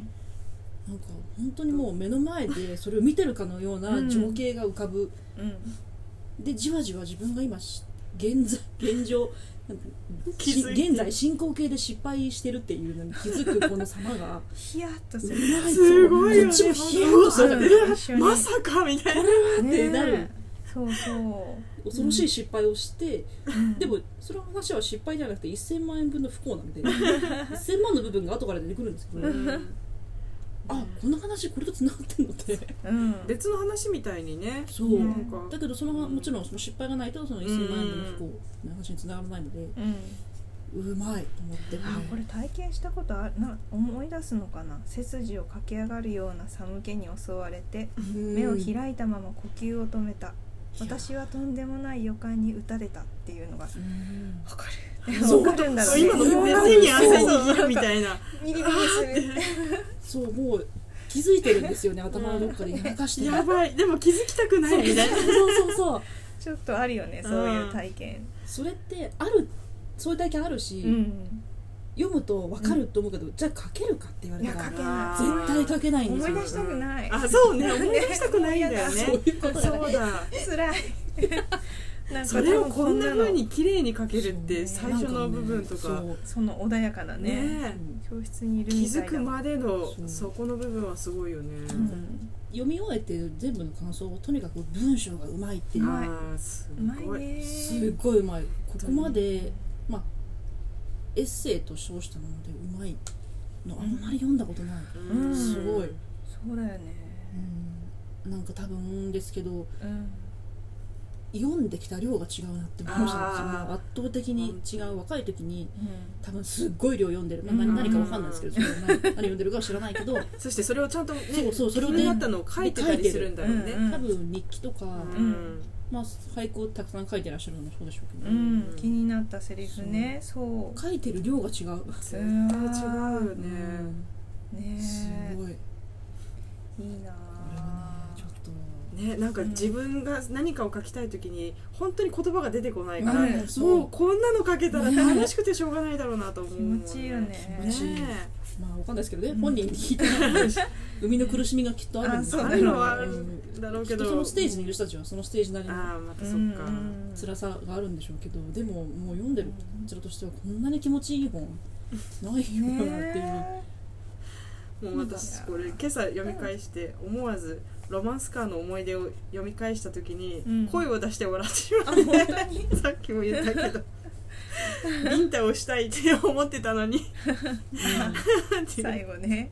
[SPEAKER 3] 本当にもう目の前でそれを見てるかのような情景が浮かぶ、
[SPEAKER 1] うん
[SPEAKER 3] でじわじわ自分が今し現在現状
[SPEAKER 2] 気づいて
[SPEAKER 3] 現在進行形で失敗してるっていうのに気づくこの様が
[SPEAKER 1] ヒヤッとす
[SPEAKER 3] う
[SPEAKER 1] る
[SPEAKER 3] まいぞ
[SPEAKER 2] すごいよね
[SPEAKER 3] こっちもヒヤッとす る
[SPEAKER 1] うん一緒に
[SPEAKER 2] まさかみたいな
[SPEAKER 3] ってなる
[SPEAKER 1] ねえそうそ
[SPEAKER 3] 恐ろしい失敗をして、
[SPEAKER 1] う、うん
[SPEAKER 3] でもその話は失敗じゃなくて1000万円分の不幸 なんで1000万の部分が後から出てくるんですけど、あこんな話これと繋がってんのって
[SPEAKER 1] うん
[SPEAKER 2] 別の話みたいにね
[SPEAKER 3] そう、
[SPEAKER 1] うん
[SPEAKER 2] なんか
[SPEAKER 3] だけどそのもちろんその失敗がないとその1000万円分の不幸の話に繋がらないので、
[SPEAKER 1] うん
[SPEAKER 3] うまいと思って、
[SPEAKER 1] あこれ体験したことあな思い出すのかな背筋を駆け上がるような寒気に襲われて
[SPEAKER 3] うん
[SPEAKER 1] 目を開いたまま呼吸を止めた私はとんでもない予感に打たれたっていうのが
[SPEAKER 3] うん
[SPEAKER 1] わか
[SPEAKER 3] そう
[SPEAKER 1] るわかるんだろ
[SPEAKER 2] そうう
[SPEAKER 1] ね
[SPEAKER 2] 今の
[SPEAKER 3] ね
[SPEAKER 2] 手に汗握るみたいな
[SPEAKER 1] ミリミリす
[SPEAKER 3] そうもう気づいてるんですよね頭のどっかでやらかして
[SPEAKER 2] やばいでも気づきたくな
[SPEAKER 3] そ
[SPEAKER 2] いうみたいな
[SPEAKER 3] そうそうそう
[SPEAKER 1] るちょっとあるよねそういう体験
[SPEAKER 3] そうそれってあるそういう体験あるし、
[SPEAKER 1] うん
[SPEAKER 3] 読むと分かると思うけど、じゃあ書けるかって言われた
[SPEAKER 1] いや
[SPEAKER 3] ら
[SPEAKER 1] 書
[SPEAKER 2] あー
[SPEAKER 3] 絶対書けないんです
[SPEAKER 1] 思
[SPEAKER 3] よ
[SPEAKER 1] い出したくない
[SPEAKER 2] あそうね思い出したくないんだよね
[SPEAKER 3] そういうことだね
[SPEAKER 2] そうだ
[SPEAKER 1] 辛いなんか
[SPEAKER 2] それをこんな
[SPEAKER 1] 多分
[SPEAKER 2] 風
[SPEAKER 1] の
[SPEAKER 2] に綺麗に描けるっ
[SPEAKER 3] そう
[SPEAKER 2] て
[SPEAKER 3] ね
[SPEAKER 2] 最初の部分と
[SPEAKER 3] な
[SPEAKER 2] か
[SPEAKER 3] んね
[SPEAKER 1] その穏やかな
[SPEAKER 2] ね
[SPEAKER 1] ね
[SPEAKER 3] そううん
[SPEAKER 1] 教室にいる
[SPEAKER 2] 気
[SPEAKER 1] みたい
[SPEAKER 2] づ
[SPEAKER 1] な
[SPEAKER 2] くまでの
[SPEAKER 3] そう
[SPEAKER 2] そこの部分はすごいよね
[SPEAKER 1] うん
[SPEAKER 3] 読み終えて全部の感想をとにかく文章がうまいっていうう、
[SPEAKER 1] まい
[SPEAKER 2] あーす
[SPEAKER 1] うまい
[SPEAKER 2] ごい
[SPEAKER 1] ね
[SPEAKER 3] すっごいうまいここまでまあエッセイと称したものでうまいのあんまり読んだことない、
[SPEAKER 1] うん
[SPEAKER 3] すごい、
[SPEAKER 1] そうだよね
[SPEAKER 3] うん、なんか多分ですけど
[SPEAKER 1] うん
[SPEAKER 3] 読んできた量が違うなって思いまし
[SPEAKER 2] あ
[SPEAKER 3] た
[SPEAKER 2] ー
[SPEAKER 3] 自分は圧倒的に違う若い時に
[SPEAKER 1] うん
[SPEAKER 3] 多分すっごい量読んでる、まあ、
[SPEAKER 1] うん
[SPEAKER 3] 何何かわかんないですけどそれは何何読んでるかは知らないけど
[SPEAKER 2] そしてそれをちゃんとね
[SPEAKER 3] そうそうそれを
[SPEAKER 2] 気
[SPEAKER 3] ね
[SPEAKER 2] になったのを書いてたりするんだろうね
[SPEAKER 1] うん
[SPEAKER 3] 多分日記とか、
[SPEAKER 2] うん
[SPEAKER 3] まあ、俳句をたくさん書いてらっしゃるのもそうでしょうけど、
[SPEAKER 1] うん気になったセリフねそう
[SPEAKER 3] 書いてる量が違う、
[SPEAKER 2] 絶対違うよね
[SPEAKER 1] ね
[SPEAKER 3] すごいこれはね
[SPEAKER 1] いいな
[SPEAKER 3] ちょっと
[SPEAKER 2] ね、なんか自分が何かを書きたい時に本当に言葉が出てこないから、
[SPEAKER 1] うん
[SPEAKER 3] ね
[SPEAKER 2] も
[SPEAKER 3] そう
[SPEAKER 2] こんなの書けたら楽しくてしょうがないだろうなと思う
[SPEAKER 1] 気持ちいいよ
[SPEAKER 3] 気
[SPEAKER 1] ね
[SPEAKER 3] 持ちいい
[SPEAKER 2] ね
[SPEAKER 3] うまあわかんないですけどね、
[SPEAKER 1] うん
[SPEAKER 3] 本人に聞いたら生みの苦しみがきっとあるんです
[SPEAKER 1] あそう
[SPEAKER 2] あ
[SPEAKER 1] だ
[SPEAKER 2] る
[SPEAKER 1] よ
[SPEAKER 2] のはあ
[SPEAKER 3] う
[SPEAKER 2] る
[SPEAKER 3] ん
[SPEAKER 2] んだろう
[SPEAKER 3] き
[SPEAKER 2] け
[SPEAKER 3] っ
[SPEAKER 2] ど
[SPEAKER 3] とそのステージにいる人たちはそのステージなりの
[SPEAKER 2] ああまたそっか、
[SPEAKER 1] うん
[SPEAKER 3] 辛さがあるんでしょうけどでももう読んでるこちらとしてはこんなに気持ちいい本ないよなっていう、
[SPEAKER 1] ね
[SPEAKER 2] もう私これ今朝読み返して思わずロマンスカーの思い出を読み返した時に
[SPEAKER 1] うん
[SPEAKER 2] 声を出して笑ってしまっ
[SPEAKER 1] あ
[SPEAKER 2] て、
[SPEAKER 1] 本当に
[SPEAKER 2] さっきも言ったけ どビンタをしたいって思ってたのにっていう
[SPEAKER 1] 最後ね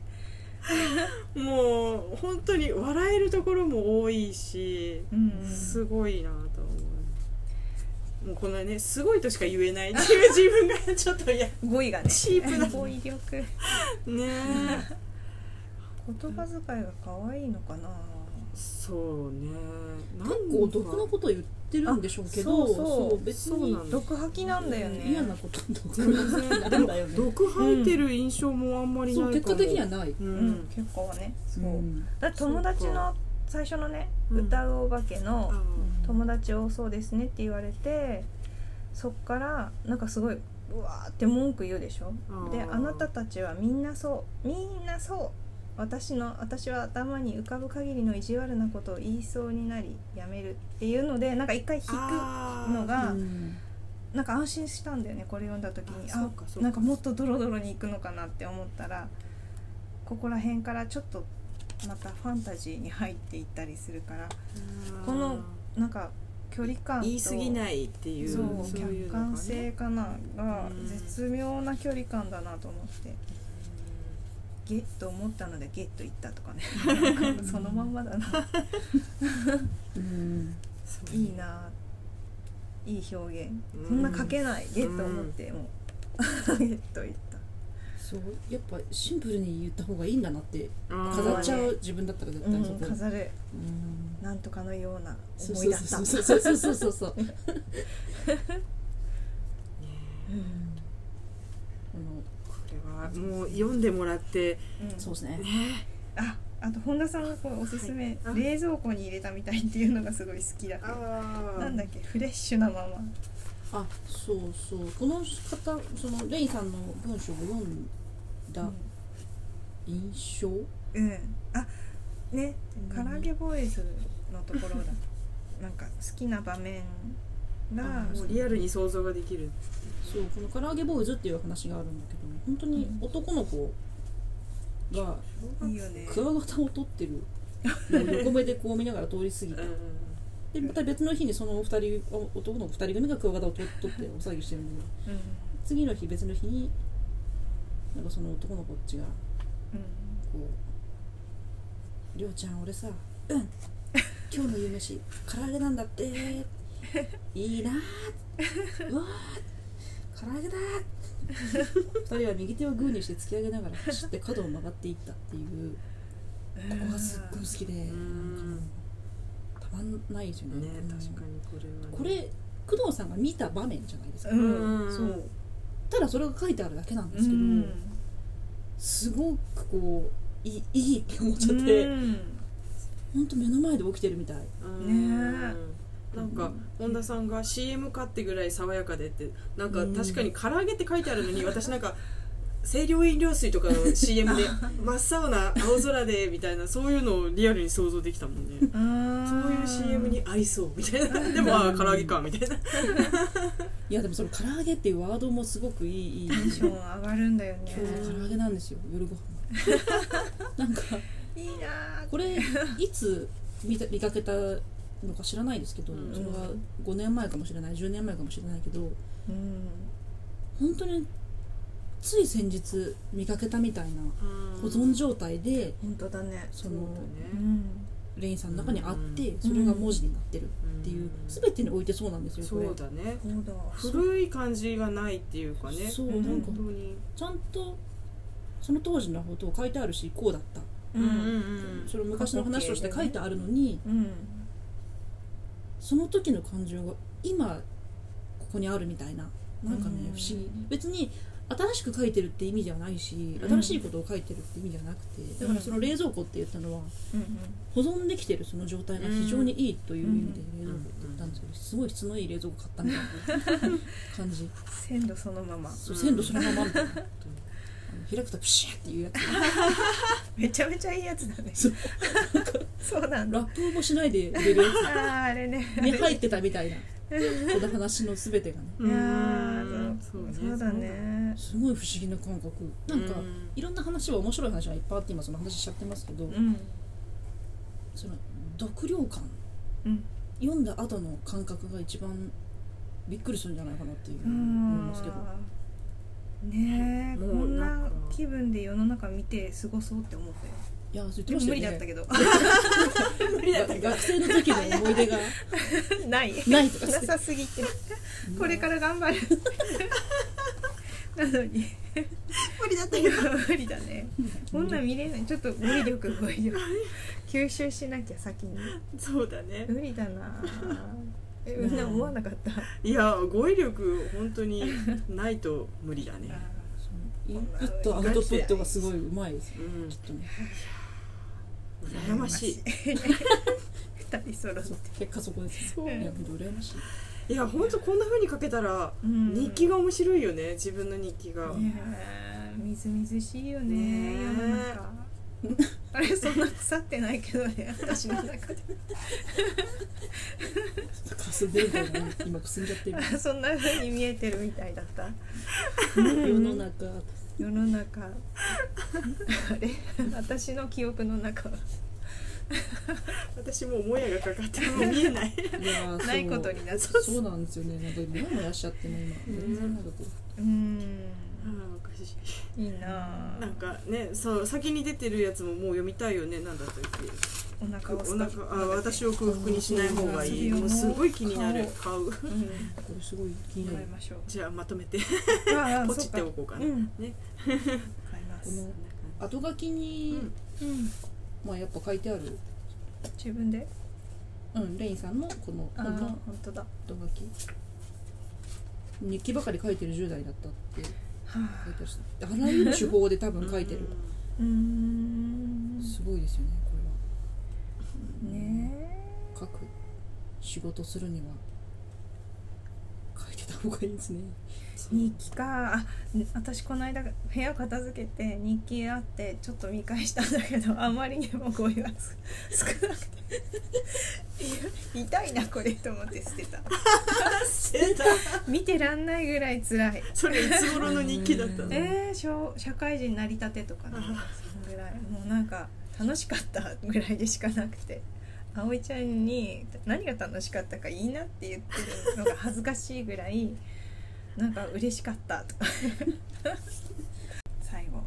[SPEAKER 2] もう本当に笑えるところも多いし、
[SPEAKER 1] うん
[SPEAKER 2] すごいなと思うもうこのねすごいとしか言えないっていう自分がちょっとやね
[SPEAKER 1] 語彙がね
[SPEAKER 2] チープな
[SPEAKER 1] 語彙力
[SPEAKER 2] え
[SPEAKER 1] 言葉遣いが可愛いのかな
[SPEAKER 2] そうねなんか
[SPEAKER 3] 結構毒のことを言ってるんでしょうけど
[SPEAKER 1] あそうそう
[SPEAKER 3] 別
[SPEAKER 2] そう
[SPEAKER 3] に
[SPEAKER 2] なんだ
[SPEAKER 1] 毒吐きなんだよね
[SPEAKER 3] 嫌なこと毒な
[SPEAKER 2] で
[SPEAKER 3] ん
[SPEAKER 2] も
[SPEAKER 3] だ よね
[SPEAKER 2] 毒吐いてる印象もあんまりない
[SPEAKER 3] そ
[SPEAKER 2] か
[SPEAKER 3] う
[SPEAKER 2] も
[SPEAKER 3] 結果的にはない、
[SPEAKER 2] う
[SPEAKER 1] うんん、結構はねそう、
[SPEAKER 3] ん
[SPEAKER 1] だって友達の最初のね「
[SPEAKER 2] うん
[SPEAKER 1] 歌うお化け」の
[SPEAKER 2] あ
[SPEAKER 1] 「友達多そうですね」って言われてそっからなんかすごいうわーって文句言うでしょ
[SPEAKER 2] ー
[SPEAKER 1] で「あなたたちはみんなそうみんなそう」私の私は頭に浮かぶ限りの意地悪なことを言いそうになりやめるっていうのでなんか一回引く
[SPEAKER 2] あー
[SPEAKER 1] のが
[SPEAKER 3] うん
[SPEAKER 1] なんか安心したんだよねこれ読んだ時に
[SPEAKER 2] あそ
[SPEAKER 1] あ
[SPEAKER 2] うかそうか
[SPEAKER 1] なんかもっとドロドロにいくのかなって思ったらここら辺からちょっとまたファンタジーに入っていったりするから
[SPEAKER 2] あー
[SPEAKER 1] このなんか距離感と
[SPEAKER 2] 言い過ぎないっていう
[SPEAKER 1] そう
[SPEAKER 2] そうい
[SPEAKER 1] 客
[SPEAKER 2] うのがね
[SPEAKER 1] 観性かなが
[SPEAKER 2] うん
[SPEAKER 1] 絶妙な距離感だなと思ってゲッと思ったのでゲッといったと かねなんかそのまんまだな
[SPEAKER 3] うん
[SPEAKER 2] そう
[SPEAKER 1] いいないい表現
[SPEAKER 2] うん
[SPEAKER 1] そんな書けないゲッと思ってもう ゲッといった
[SPEAKER 3] そうやっぱシンプルに言った方がいいんだなって
[SPEAKER 2] あー
[SPEAKER 3] 飾っちゃう自分だったら絶
[SPEAKER 1] う
[SPEAKER 3] 対そこ、
[SPEAKER 1] ん、飾る
[SPEAKER 3] うん
[SPEAKER 1] なんとかのような
[SPEAKER 3] そう
[SPEAKER 1] 思
[SPEAKER 3] そ
[SPEAKER 1] いうだった
[SPEAKER 3] そうそうそうそうそう そう
[SPEAKER 2] ね
[SPEAKER 1] うん
[SPEAKER 3] あ
[SPEAKER 2] こ
[SPEAKER 3] の
[SPEAKER 2] れはもう読んでもらって
[SPEAKER 1] うん
[SPEAKER 3] そうですね
[SPEAKER 1] ああと本田さんがこうおすすめ、
[SPEAKER 2] はいあ
[SPEAKER 1] 冷蔵庫に入れたみたいっていうのがすごい好きだって
[SPEAKER 2] あ
[SPEAKER 1] なんだっけフレッシュなまま
[SPEAKER 3] あそうそうこの方そのレイさんの文章を読んだ印象、
[SPEAKER 1] うん、あね唐揚げボーイズのところ だなんか好きな場面が
[SPEAKER 2] もうリアルに想像ができる
[SPEAKER 3] そうこの「唐揚げボーイズ」っていう話があるんだけど本当に男の子が
[SPEAKER 1] いいよね
[SPEAKER 3] クワガタを取ってるのを横目でこう見ながら通り過ぎて
[SPEAKER 2] う
[SPEAKER 3] でまた別の日にそのお二人男の子二人組がクワガタを取取ってお騒ぎしてるんだけど
[SPEAKER 1] うん
[SPEAKER 3] 次の日別の日になんかその男の子っちが
[SPEAKER 1] うん
[SPEAKER 3] こう「りょうちゃん俺さうん今日の夕飯唐揚げなんだって いいなうわ唐揚げだ」二人は右手をグーにして突き上げながら走って角を曲がっていったっていうここがすっごい好きで
[SPEAKER 2] んね
[SPEAKER 3] たまんないですよねうん
[SPEAKER 2] 確かにこれはね
[SPEAKER 3] これ工藤さんが見た場面じゃないですか、
[SPEAKER 1] うん
[SPEAKER 2] うん
[SPEAKER 1] そう
[SPEAKER 3] ただそれが書いてあるだけなんで
[SPEAKER 1] う
[SPEAKER 3] すけど、
[SPEAKER 1] ん
[SPEAKER 3] すごくこういいいいって思っちゃっ
[SPEAKER 1] う
[SPEAKER 3] て
[SPEAKER 1] ん
[SPEAKER 3] ほんと目の前で起きてるみたい
[SPEAKER 2] うん
[SPEAKER 1] ね
[SPEAKER 2] なんか本田さんが CM かってぐらい爽やかでってなんか確かに唐揚げって書いてあるのに私なんか清涼飲料水とかの CM で真っ青な青空でみたいなそういうのをリアルに想像できたもんねそういう CM に合いそうみたいなでもああ唐揚げかみたいない
[SPEAKER 3] やでもその唐揚げっていうワードもすごくいいいい
[SPEAKER 1] テンション上がるんだよね
[SPEAKER 3] 今日唐揚げなんですよ夜ご飯なんか
[SPEAKER 1] いいなー
[SPEAKER 3] これいつ見た見かけたのか知らないですけど、
[SPEAKER 2] うん
[SPEAKER 3] それは5年前かもしれない10年前かもしれないけど
[SPEAKER 1] うん
[SPEAKER 3] 本当につい先日見かけたみたいな保存状態で
[SPEAKER 1] 本当だね
[SPEAKER 3] そ
[SPEAKER 2] そう
[SPEAKER 3] の
[SPEAKER 2] だ
[SPEAKER 1] う
[SPEAKER 2] ね
[SPEAKER 1] ん
[SPEAKER 3] レインさんの中にあって
[SPEAKER 2] うん
[SPEAKER 3] それが文字になってる
[SPEAKER 2] ん
[SPEAKER 3] っていう全てにおいてそうなんですよこ
[SPEAKER 2] そう
[SPEAKER 3] れ
[SPEAKER 2] だね
[SPEAKER 1] そうだ
[SPEAKER 2] 古い感じがないっていうかね
[SPEAKER 3] そう
[SPEAKER 1] うん
[SPEAKER 3] なんか
[SPEAKER 2] 本当に
[SPEAKER 3] ちゃんとその当時のことを書いてあるしこうだった
[SPEAKER 2] う
[SPEAKER 1] う
[SPEAKER 2] んうん
[SPEAKER 1] ん
[SPEAKER 2] うん
[SPEAKER 3] それを昔の話として書いてあるのに
[SPEAKER 1] うん
[SPEAKER 3] その時の感情が今ここにあるみたいななんかね不
[SPEAKER 1] うん
[SPEAKER 3] 思議別に新しく書いてるって意味ではないし
[SPEAKER 1] うん
[SPEAKER 3] 新しいことを書いてるって意味ではなくてだからその冷蔵庫って言ったのは
[SPEAKER 1] うん
[SPEAKER 3] 保存できてるその状態が非常にいいという意味で冷蔵庫って言ったんですけどすごい質のいい冷蔵庫買ったみたいな感じ
[SPEAKER 1] 鮮度そのまま
[SPEAKER 3] そう
[SPEAKER 2] うん
[SPEAKER 3] 鮮度そのままみたいなあの開くとプシャーっていうやつ
[SPEAKER 1] めちゃめちゃいいやつだね
[SPEAKER 3] そう
[SPEAKER 1] そうなんだ
[SPEAKER 3] ラップもしないで入れ るや
[SPEAKER 1] あーあれね
[SPEAKER 3] つに入ってたみたいなこの話の全てがね
[SPEAKER 1] いや
[SPEAKER 2] う
[SPEAKER 1] ー
[SPEAKER 2] ん
[SPEAKER 1] そうそうだね
[SPEAKER 3] すごい不思議な感覚なんか
[SPEAKER 2] うん
[SPEAKER 3] いろんな話は面白い話はいっぱいあって今その話しちゃってますけど
[SPEAKER 1] うん
[SPEAKER 3] その読量感
[SPEAKER 1] うん
[SPEAKER 3] 読んだ後の感覚が一番びっくりするんじゃないかなっていう
[SPEAKER 1] うー
[SPEAKER 3] 思い
[SPEAKER 1] ん
[SPEAKER 3] ますけど
[SPEAKER 1] ねえこ
[SPEAKER 2] もうんな
[SPEAKER 1] なん
[SPEAKER 2] か
[SPEAKER 1] 気分で世の中見て過ごそうって思ったよ
[SPEAKER 3] いやそれ
[SPEAKER 1] で
[SPEAKER 3] 言っ
[SPEAKER 1] も
[SPEAKER 3] て
[SPEAKER 1] 無
[SPEAKER 3] まし
[SPEAKER 1] 理だ
[SPEAKER 3] た
[SPEAKER 1] っ
[SPEAKER 3] よね
[SPEAKER 1] たけど
[SPEAKER 3] が学生の時の思い出が
[SPEAKER 1] ない
[SPEAKER 3] ないとか
[SPEAKER 1] な
[SPEAKER 3] して
[SPEAKER 1] さすぎてこれから頑張るなのに
[SPEAKER 2] 無理だった
[SPEAKER 1] いや無理だねこんなん見れないちょっと無理力無理力吸収しなきゃ先に
[SPEAKER 2] そうだね
[SPEAKER 1] 無理だなえみんな思わなかった
[SPEAKER 2] いや語彙力本当にないと無理だね
[SPEAKER 3] インプットアウトプットがすごいうまいです
[SPEAKER 2] う
[SPEAKER 3] ね
[SPEAKER 2] ん
[SPEAKER 3] きっとね
[SPEAKER 2] 羨ま しい
[SPEAKER 1] 二人揃って
[SPEAKER 3] そう結果そこです
[SPEAKER 2] そう
[SPEAKER 3] いや本当羨ましい
[SPEAKER 2] いや本当こんな風に書けたら
[SPEAKER 1] うん
[SPEAKER 2] 日記が面白いよね自分の日記が
[SPEAKER 1] ねえみずみずしいよね
[SPEAKER 2] ねえ
[SPEAKER 1] 世の中あれそんな腐ってないけどね私の中で
[SPEAKER 3] かすでるからね今くすんじゃってる
[SPEAKER 1] あ そんな風に見えてるみたいだった
[SPEAKER 3] 世の中
[SPEAKER 1] 世の中あれ私の記憶の中は
[SPEAKER 2] 私もうもやがかかってもう見えない
[SPEAKER 3] いやーそう
[SPEAKER 1] ないことになっちゃう
[SPEAKER 3] そうなんですよねなんかもやもやしちゃってね今全然なんかこう
[SPEAKER 1] うーん
[SPEAKER 2] あーおかしい
[SPEAKER 1] いいなあ
[SPEAKER 2] なんかねそう先に出てるやつももう読みたいよねなんだったっけ
[SPEAKER 1] お腹を
[SPEAKER 2] お
[SPEAKER 1] す
[SPEAKER 2] 腹
[SPEAKER 1] か
[SPEAKER 2] あ私を空腹にしない方がいい
[SPEAKER 1] そう
[SPEAKER 2] もうすごい気になる買う
[SPEAKER 1] うん
[SPEAKER 3] これすごい気にな
[SPEAKER 1] 買い
[SPEAKER 3] る
[SPEAKER 1] ましょう
[SPEAKER 2] じゃあまとめて
[SPEAKER 1] ああ
[SPEAKER 2] ポチって
[SPEAKER 1] そ
[SPEAKER 2] お
[SPEAKER 1] うか
[SPEAKER 2] こうかな、
[SPEAKER 1] うん
[SPEAKER 2] ね
[SPEAKER 1] 買いま
[SPEAKER 3] こ
[SPEAKER 1] す
[SPEAKER 3] の後書きに、
[SPEAKER 2] うん
[SPEAKER 1] うん
[SPEAKER 3] まあやっぱ書いてある
[SPEAKER 1] 自分で
[SPEAKER 3] うんレインさんのこの
[SPEAKER 1] ああ
[SPEAKER 3] 本の
[SPEAKER 1] 本当だは
[SPEAKER 3] 後書き日記ばかり書いてる10代だったって書い
[SPEAKER 1] あ
[SPEAKER 3] てあるしあらゆる手法で多分書いてる
[SPEAKER 1] うーん
[SPEAKER 3] すごいですよねこれは。
[SPEAKER 1] ね
[SPEAKER 3] 書く仕事するには書いてた方がいいんですね
[SPEAKER 1] え日記かあ私この間部屋片付けて日記あってちょっと見返したんだけどあまりにも語彙がす少なくて いや痛いなこれと思って捨てた
[SPEAKER 2] 出た
[SPEAKER 1] 見てらんないぐらい辛い
[SPEAKER 2] それいつ頃の日記だったの
[SPEAKER 3] うん
[SPEAKER 1] えー、小社会人なりたてとかねそのぐらいもうなんか楽しかったぐらいでしかなくて葵ちゃんに何が楽しかったかいいなって言ってるのが恥ずかしいぐらいなんか嬉しかっ たとか最後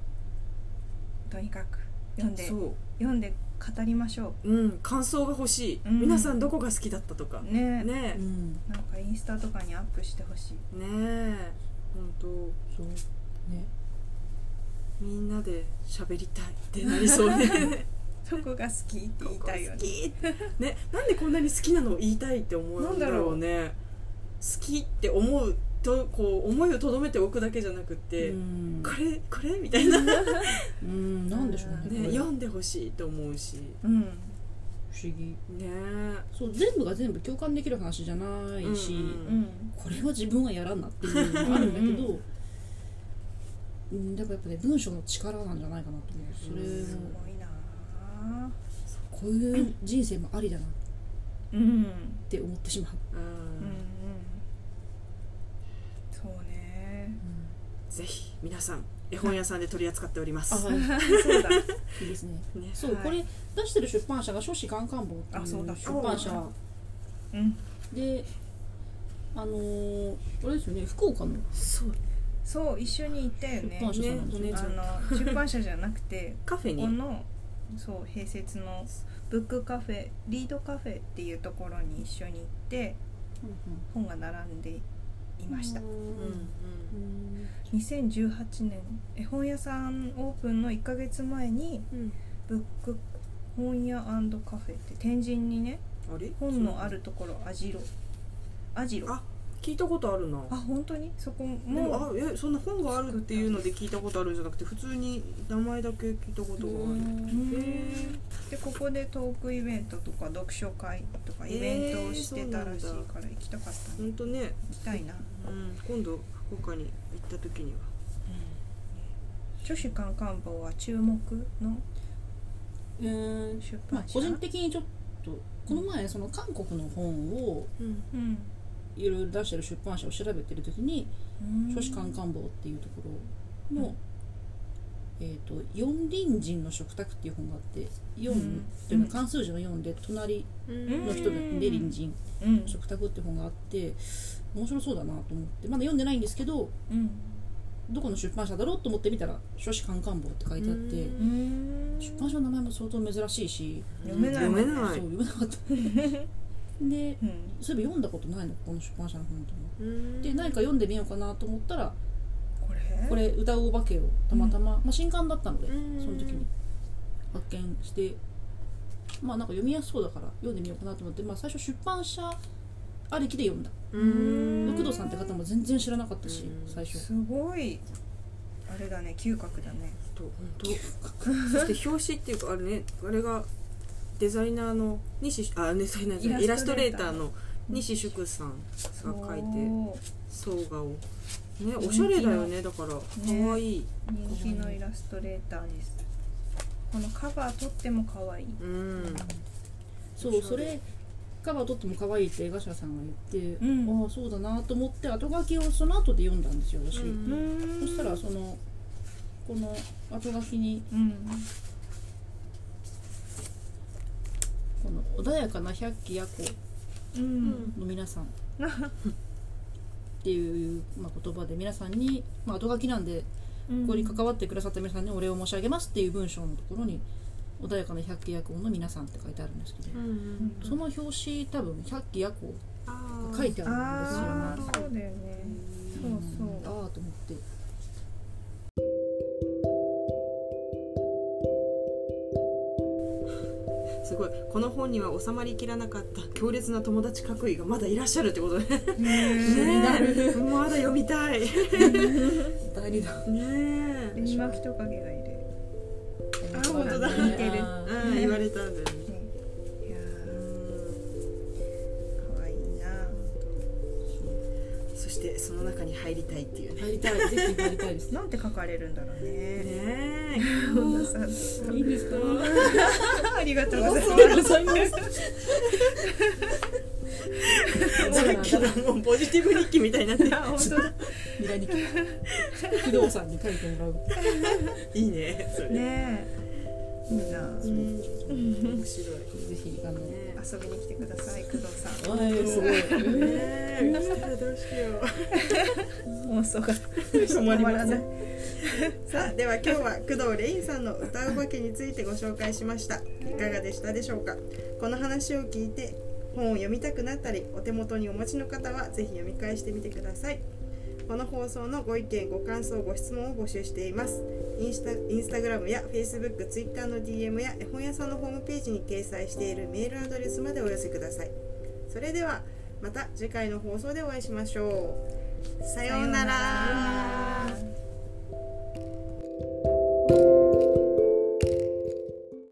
[SPEAKER 1] とにかく読んで
[SPEAKER 2] そ
[SPEAKER 1] 読んで語りましょ
[SPEAKER 2] ううん感想が欲しい、
[SPEAKER 1] うん
[SPEAKER 2] 皆さんどこが好きだったとか
[SPEAKER 1] う
[SPEAKER 2] ね
[SPEAKER 1] ね
[SPEAKER 2] ね
[SPEAKER 3] ん
[SPEAKER 1] なんかインスタとかにアップしてほしい
[SPEAKER 2] えね本当
[SPEAKER 3] そうね
[SPEAKER 2] みんなで喋りたいってなりそう ね
[SPEAKER 1] どこが好きって言いたいよね
[SPEAKER 2] ここ好きねなんでこんなに好きなのを言いたいって思うんだろうね好きって思うとこう思いをとどめておくだけじゃなくって、
[SPEAKER 3] うん
[SPEAKER 2] これこれみたいな、ね、
[SPEAKER 3] うんなんでしょうねこれ
[SPEAKER 2] 読んでほしいと思うし
[SPEAKER 1] うん
[SPEAKER 3] 不思議
[SPEAKER 2] ねえ
[SPEAKER 3] そう全部が全部共感できる話じゃないし、
[SPEAKER 2] うんうん
[SPEAKER 1] うん
[SPEAKER 3] これは自分はやらんなっていうのがあるんだけどうんだからやっぱね文章の力なんじゃないかなと思うそれ
[SPEAKER 1] す
[SPEAKER 3] も
[SPEAKER 1] ごいなあ
[SPEAKER 3] こういう人生もありだなっ
[SPEAKER 1] うんうん
[SPEAKER 3] て思ってしまう、
[SPEAKER 2] う
[SPEAKER 1] うん
[SPEAKER 2] ん
[SPEAKER 1] そうね
[SPEAKER 2] ぜひ皆さん絵本屋さんで取り扱っております
[SPEAKER 3] あはい
[SPEAKER 1] そうだ
[SPEAKER 3] いいですね
[SPEAKER 2] ね
[SPEAKER 3] そう、
[SPEAKER 1] はい
[SPEAKER 3] これ出してる出版社が書士カンカン坊ってい
[SPEAKER 1] あそうだ
[SPEAKER 3] う出版社
[SPEAKER 1] うん
[SPEAKER 3] であのー、あれですよね福岡の
[SPEAKER 2] そう
[SPEAKER 1] そう一緒にいたよね
[SPEAKER 3] 出版社さんなん
[SPEAKER 2] ね
[SPEAKER 3] ですよ
[SPEAKER 2] お姉ちゃん
[SPEAKER 1] あの出版社じゃなくて
[SPEAKER 2] カフェ
[SPEAKER 1] こ
[SPEAKER 2] に
[SPEAKER 1] このそう併設のブックカフェリードカフェっていうところに一緒に行って本が並んでいました
[SPEAKER 3] う
[SPEAKER 2] うん
[SPEAKER 3] んうん
[SPEAKER 1] 2018年絵本屋さんオープンの1ヶ月前に
[SPEAKER 2] うん
[SPEAKER 1] ブック本屋カフェって天神にね
[SPEAKER 2] あれ
[SPEAKER 1] 本のあるところアジロアジロ
[SPEAKER 2] あ聞いたことあるな
[SPEAKER 1] あ本当にそこ
[SPEAKER 2] でも
[SPEAKER 1] も
[SPEAKER 2] あえそんな本があるっていうので聞いたことあるんじゃなくて普通に名前だけ聞いたことがある
[SPEAKER 1] うん
[SPEAKER 2] へ
[SPEAKER 1] でここでトークイベントとか読書会とかイベントをしてたらしいから行きたかったね
[SPEAKER 2] 本当ね、
[SPEAKER 1] 行きたいな
[SPEAKER 2] うん、今度福岡に行った時には
[SPEAKER 1] 女子カンカン坊は注目の
[SPEAKER 3] うーん
[SPEAKER 1] 出
[SPEAKER 3] まあ
[SPEAKER 1] 版社
[SPEAKER 3] 個人的にちょっとこの前その韓国の本を
[SPEAKER 2] うん
[SPEAKER 1] うん
[SPEAKER 3] いろいろ出してる出版社を調べてる時に書士官官房っていうところの、えー、と四隣人の食卓っていう本があって四
[SPEAKER 1] うん
[SPEAKER 3] っていうのは漢数字の四で隣
[SPEAKER 2] うん
[SPEAKER 3] の人で
[SPEAKER 1] うん
[SPEAKER 3] 隣人
[SPEAKER 1] うん
[SPEAKER 3] 食卓って本があって面白そうだなと思ってまだ読んでないんですけど
[SPEAKER 1] うん
[SPEAKER 3] どこの出版社だろうと思って見たら書士官官房って書いてあって
[SPEAKER 2] うん
[SPEAKER 1] うん
[SPEAKER 3] 出版社の名前も相当珍しいし、
[SPEAKER 1] 読めないもんね
[SPEAKER 2] 読めない
[SPEAKER 3] そう読めなかったで
[SPEAKER 1] うん
[SPEAKER 3] そういえば読んだことないのこの出版社の本と思
[SPEAKER 2] うん
[SPEAKER 3] って何か読んでみようかなと思ったら
[SPEAKER 1] これ
[SPEAKER 3] これ「歌うお化け」をたまたま、まあ、新刊だったので、
[SPEAKER 2] うん
[SPEAKER 3] その時に発見してまあなんか読みやすそうだから読んでみようかなと思って、まあ、最初出版社ありきで読んだ
[SPEAKER 2] うん
[SPEAKER 3] 工藤さんって方も全然知らなかったし
[SPEAKER 2] うん
[SPEAKER 3] 最初
[SPEAKER 1] すごいあれだね嗅覚だね
[SPEAKER 2] と本当そして表紙っていうかあれねあれがデザイナーの西あデザイナーじゃないイ
[SPEAKER 1] イ
[SPEAKER 2] ラ
[SPEAKER 1] ラ
[SPEAKER 2] ス
[SPEAKER 1] ス
[SPEAKER 2] ト
[SPEAKER 1] ト
[SPEAKER 2] レ
[SPEAKER 1] レ
[SPEAKER 2] ー
[SPEAKER 1] ー
[SPEAKER 2] タ
[SPEAKER 1] タ
[SPEAKER 2] ー
[SPEAKER 1] ー
[SPEAKER 2] の西宿さん
[SPEAKER 1] そ
[SPEAKER 2] が
[SPEAKER 1] う
[SPEAKER 2] 描いて総画をねおしゃれだよねだから
[SPEAKER 1] ね
[SPEAKER 2] 可愛い
[SPEAKER 1] 人気のイラストレーターですこのカバーとっても可愛い
[SPEAKER 2] うん
[SPEAKER 3] そうそれカバーとっても可愛いって江頭さんが言って、
[SPEAKER 1] うん
[SPEAKER 3] ああそうだなと思って後書きをその後で読んだんですよ私、
[SPEAKER 2] うん
[SPEAKER 1] ん
[SPEAKER 3] そしたらそのこの後書きに
[SPEAKER 1] うん
[SPEAKER 3] この「穏やかな百鬼夜行」
[SPEAKER 1] う
[SPEAKER 2] うんん
[SPEAKER 3] の皆 さんっていう、まあ、言葉で皆さんに、まあ、後書きなんで
[SPEAKER 1] うん
[SPEAKER 3] ここに関わってくださった皆さんにお礼を申し上げますっていう文章のところに「穏やかな百鬼夜行の皆さん」って書いてあるんですけど、
[SPEAKER 2] うん
[SPEAKER 3] その表紙多分百鬼夜行
[SPEAKER 2] あ
[SPEAKER 3] が
[SPEAKER 2] ー
[SPEAKER 3] 書いてあるんですよね
[SPEAKER 1] ああそうだよねそう
[SPEAKER 3] あ
[SPEAKER 1] そう
[SPEAKER 3] あーと思って
[SPEAKER 2] すごいこの本には収まりきらなかった強烈な友達各位がまだいらっしゃるってことね
[SPEAKER 1] ね
[SPEAKER 2] ねえまだ読みたいね
[SPEAKER 3] 第2弾
[SPEAKER 1] え
[SPEAKER 2] え
[SPEAKER 1] ベニマキトカゲがいる
[SPEAKER 3] あ
[SPEAKER 2] あ本当だ
[SPEAKER 1] 似てる
[SPEAKER 2] うん言われたんだよね
[SPEAKER 1] ねいや
[SPEAKER 2] うん
[SPEAKER 1] ー可愛いな
[SPEAKER 2] そしてその中に入りたいっていうね
[SPEAKER 3] 入りたいぜひ入りたいです
[SPEAKER 1] なんて書かれるんだろう
[SPEAKER 2] ね
[SPEAKER 1] ね
[SPEAKER 2] え
[SPEAKER 1] 本田さん
[SPEAKER 3] いいんですか
[SPEAKER 1] ありがとうございます
[SPEAKER 2] さっきのもうポジティブ日記みたいになってる
[SPEAKER 1] あ本当だ
[SPEAKER 3] 未来に 不動産に書いてもらう
[SPEAKER 2] いいねそれ
[SPEAKER 1] ねえいいな
[SPEAKER 2] うん面白い
[SPEAKER 3] ぜひあの
[SPEAKER 2] ね
[SPEAKER 1] 遊びに来てください工藤さん
[SPEAKER 3] はいすごい
[SPEAKER 2] ねえ来たら どうしよ
[SPEAKER 1] 妄想が
[SPEAKER 2] う
[SPEAKER 1] 止まらない。
[SPEAKER 2] さあでは今日は工藤レインさんの歌う化けについてご紹介しましたいかがでしたでしょうかこの話を聞いて本を読みたくなったりお手元にお持ちの方はぜひ読み返してみてくださいこの放送のご意見ご感想ご質問を募集していますインスタインスタグラムや Facebook、Twitter の DM や絵本屋さんのホームページに掲載しているメールアドレスまでお寄せくださいそれではまた次回の放送でお会いしましょうさようなら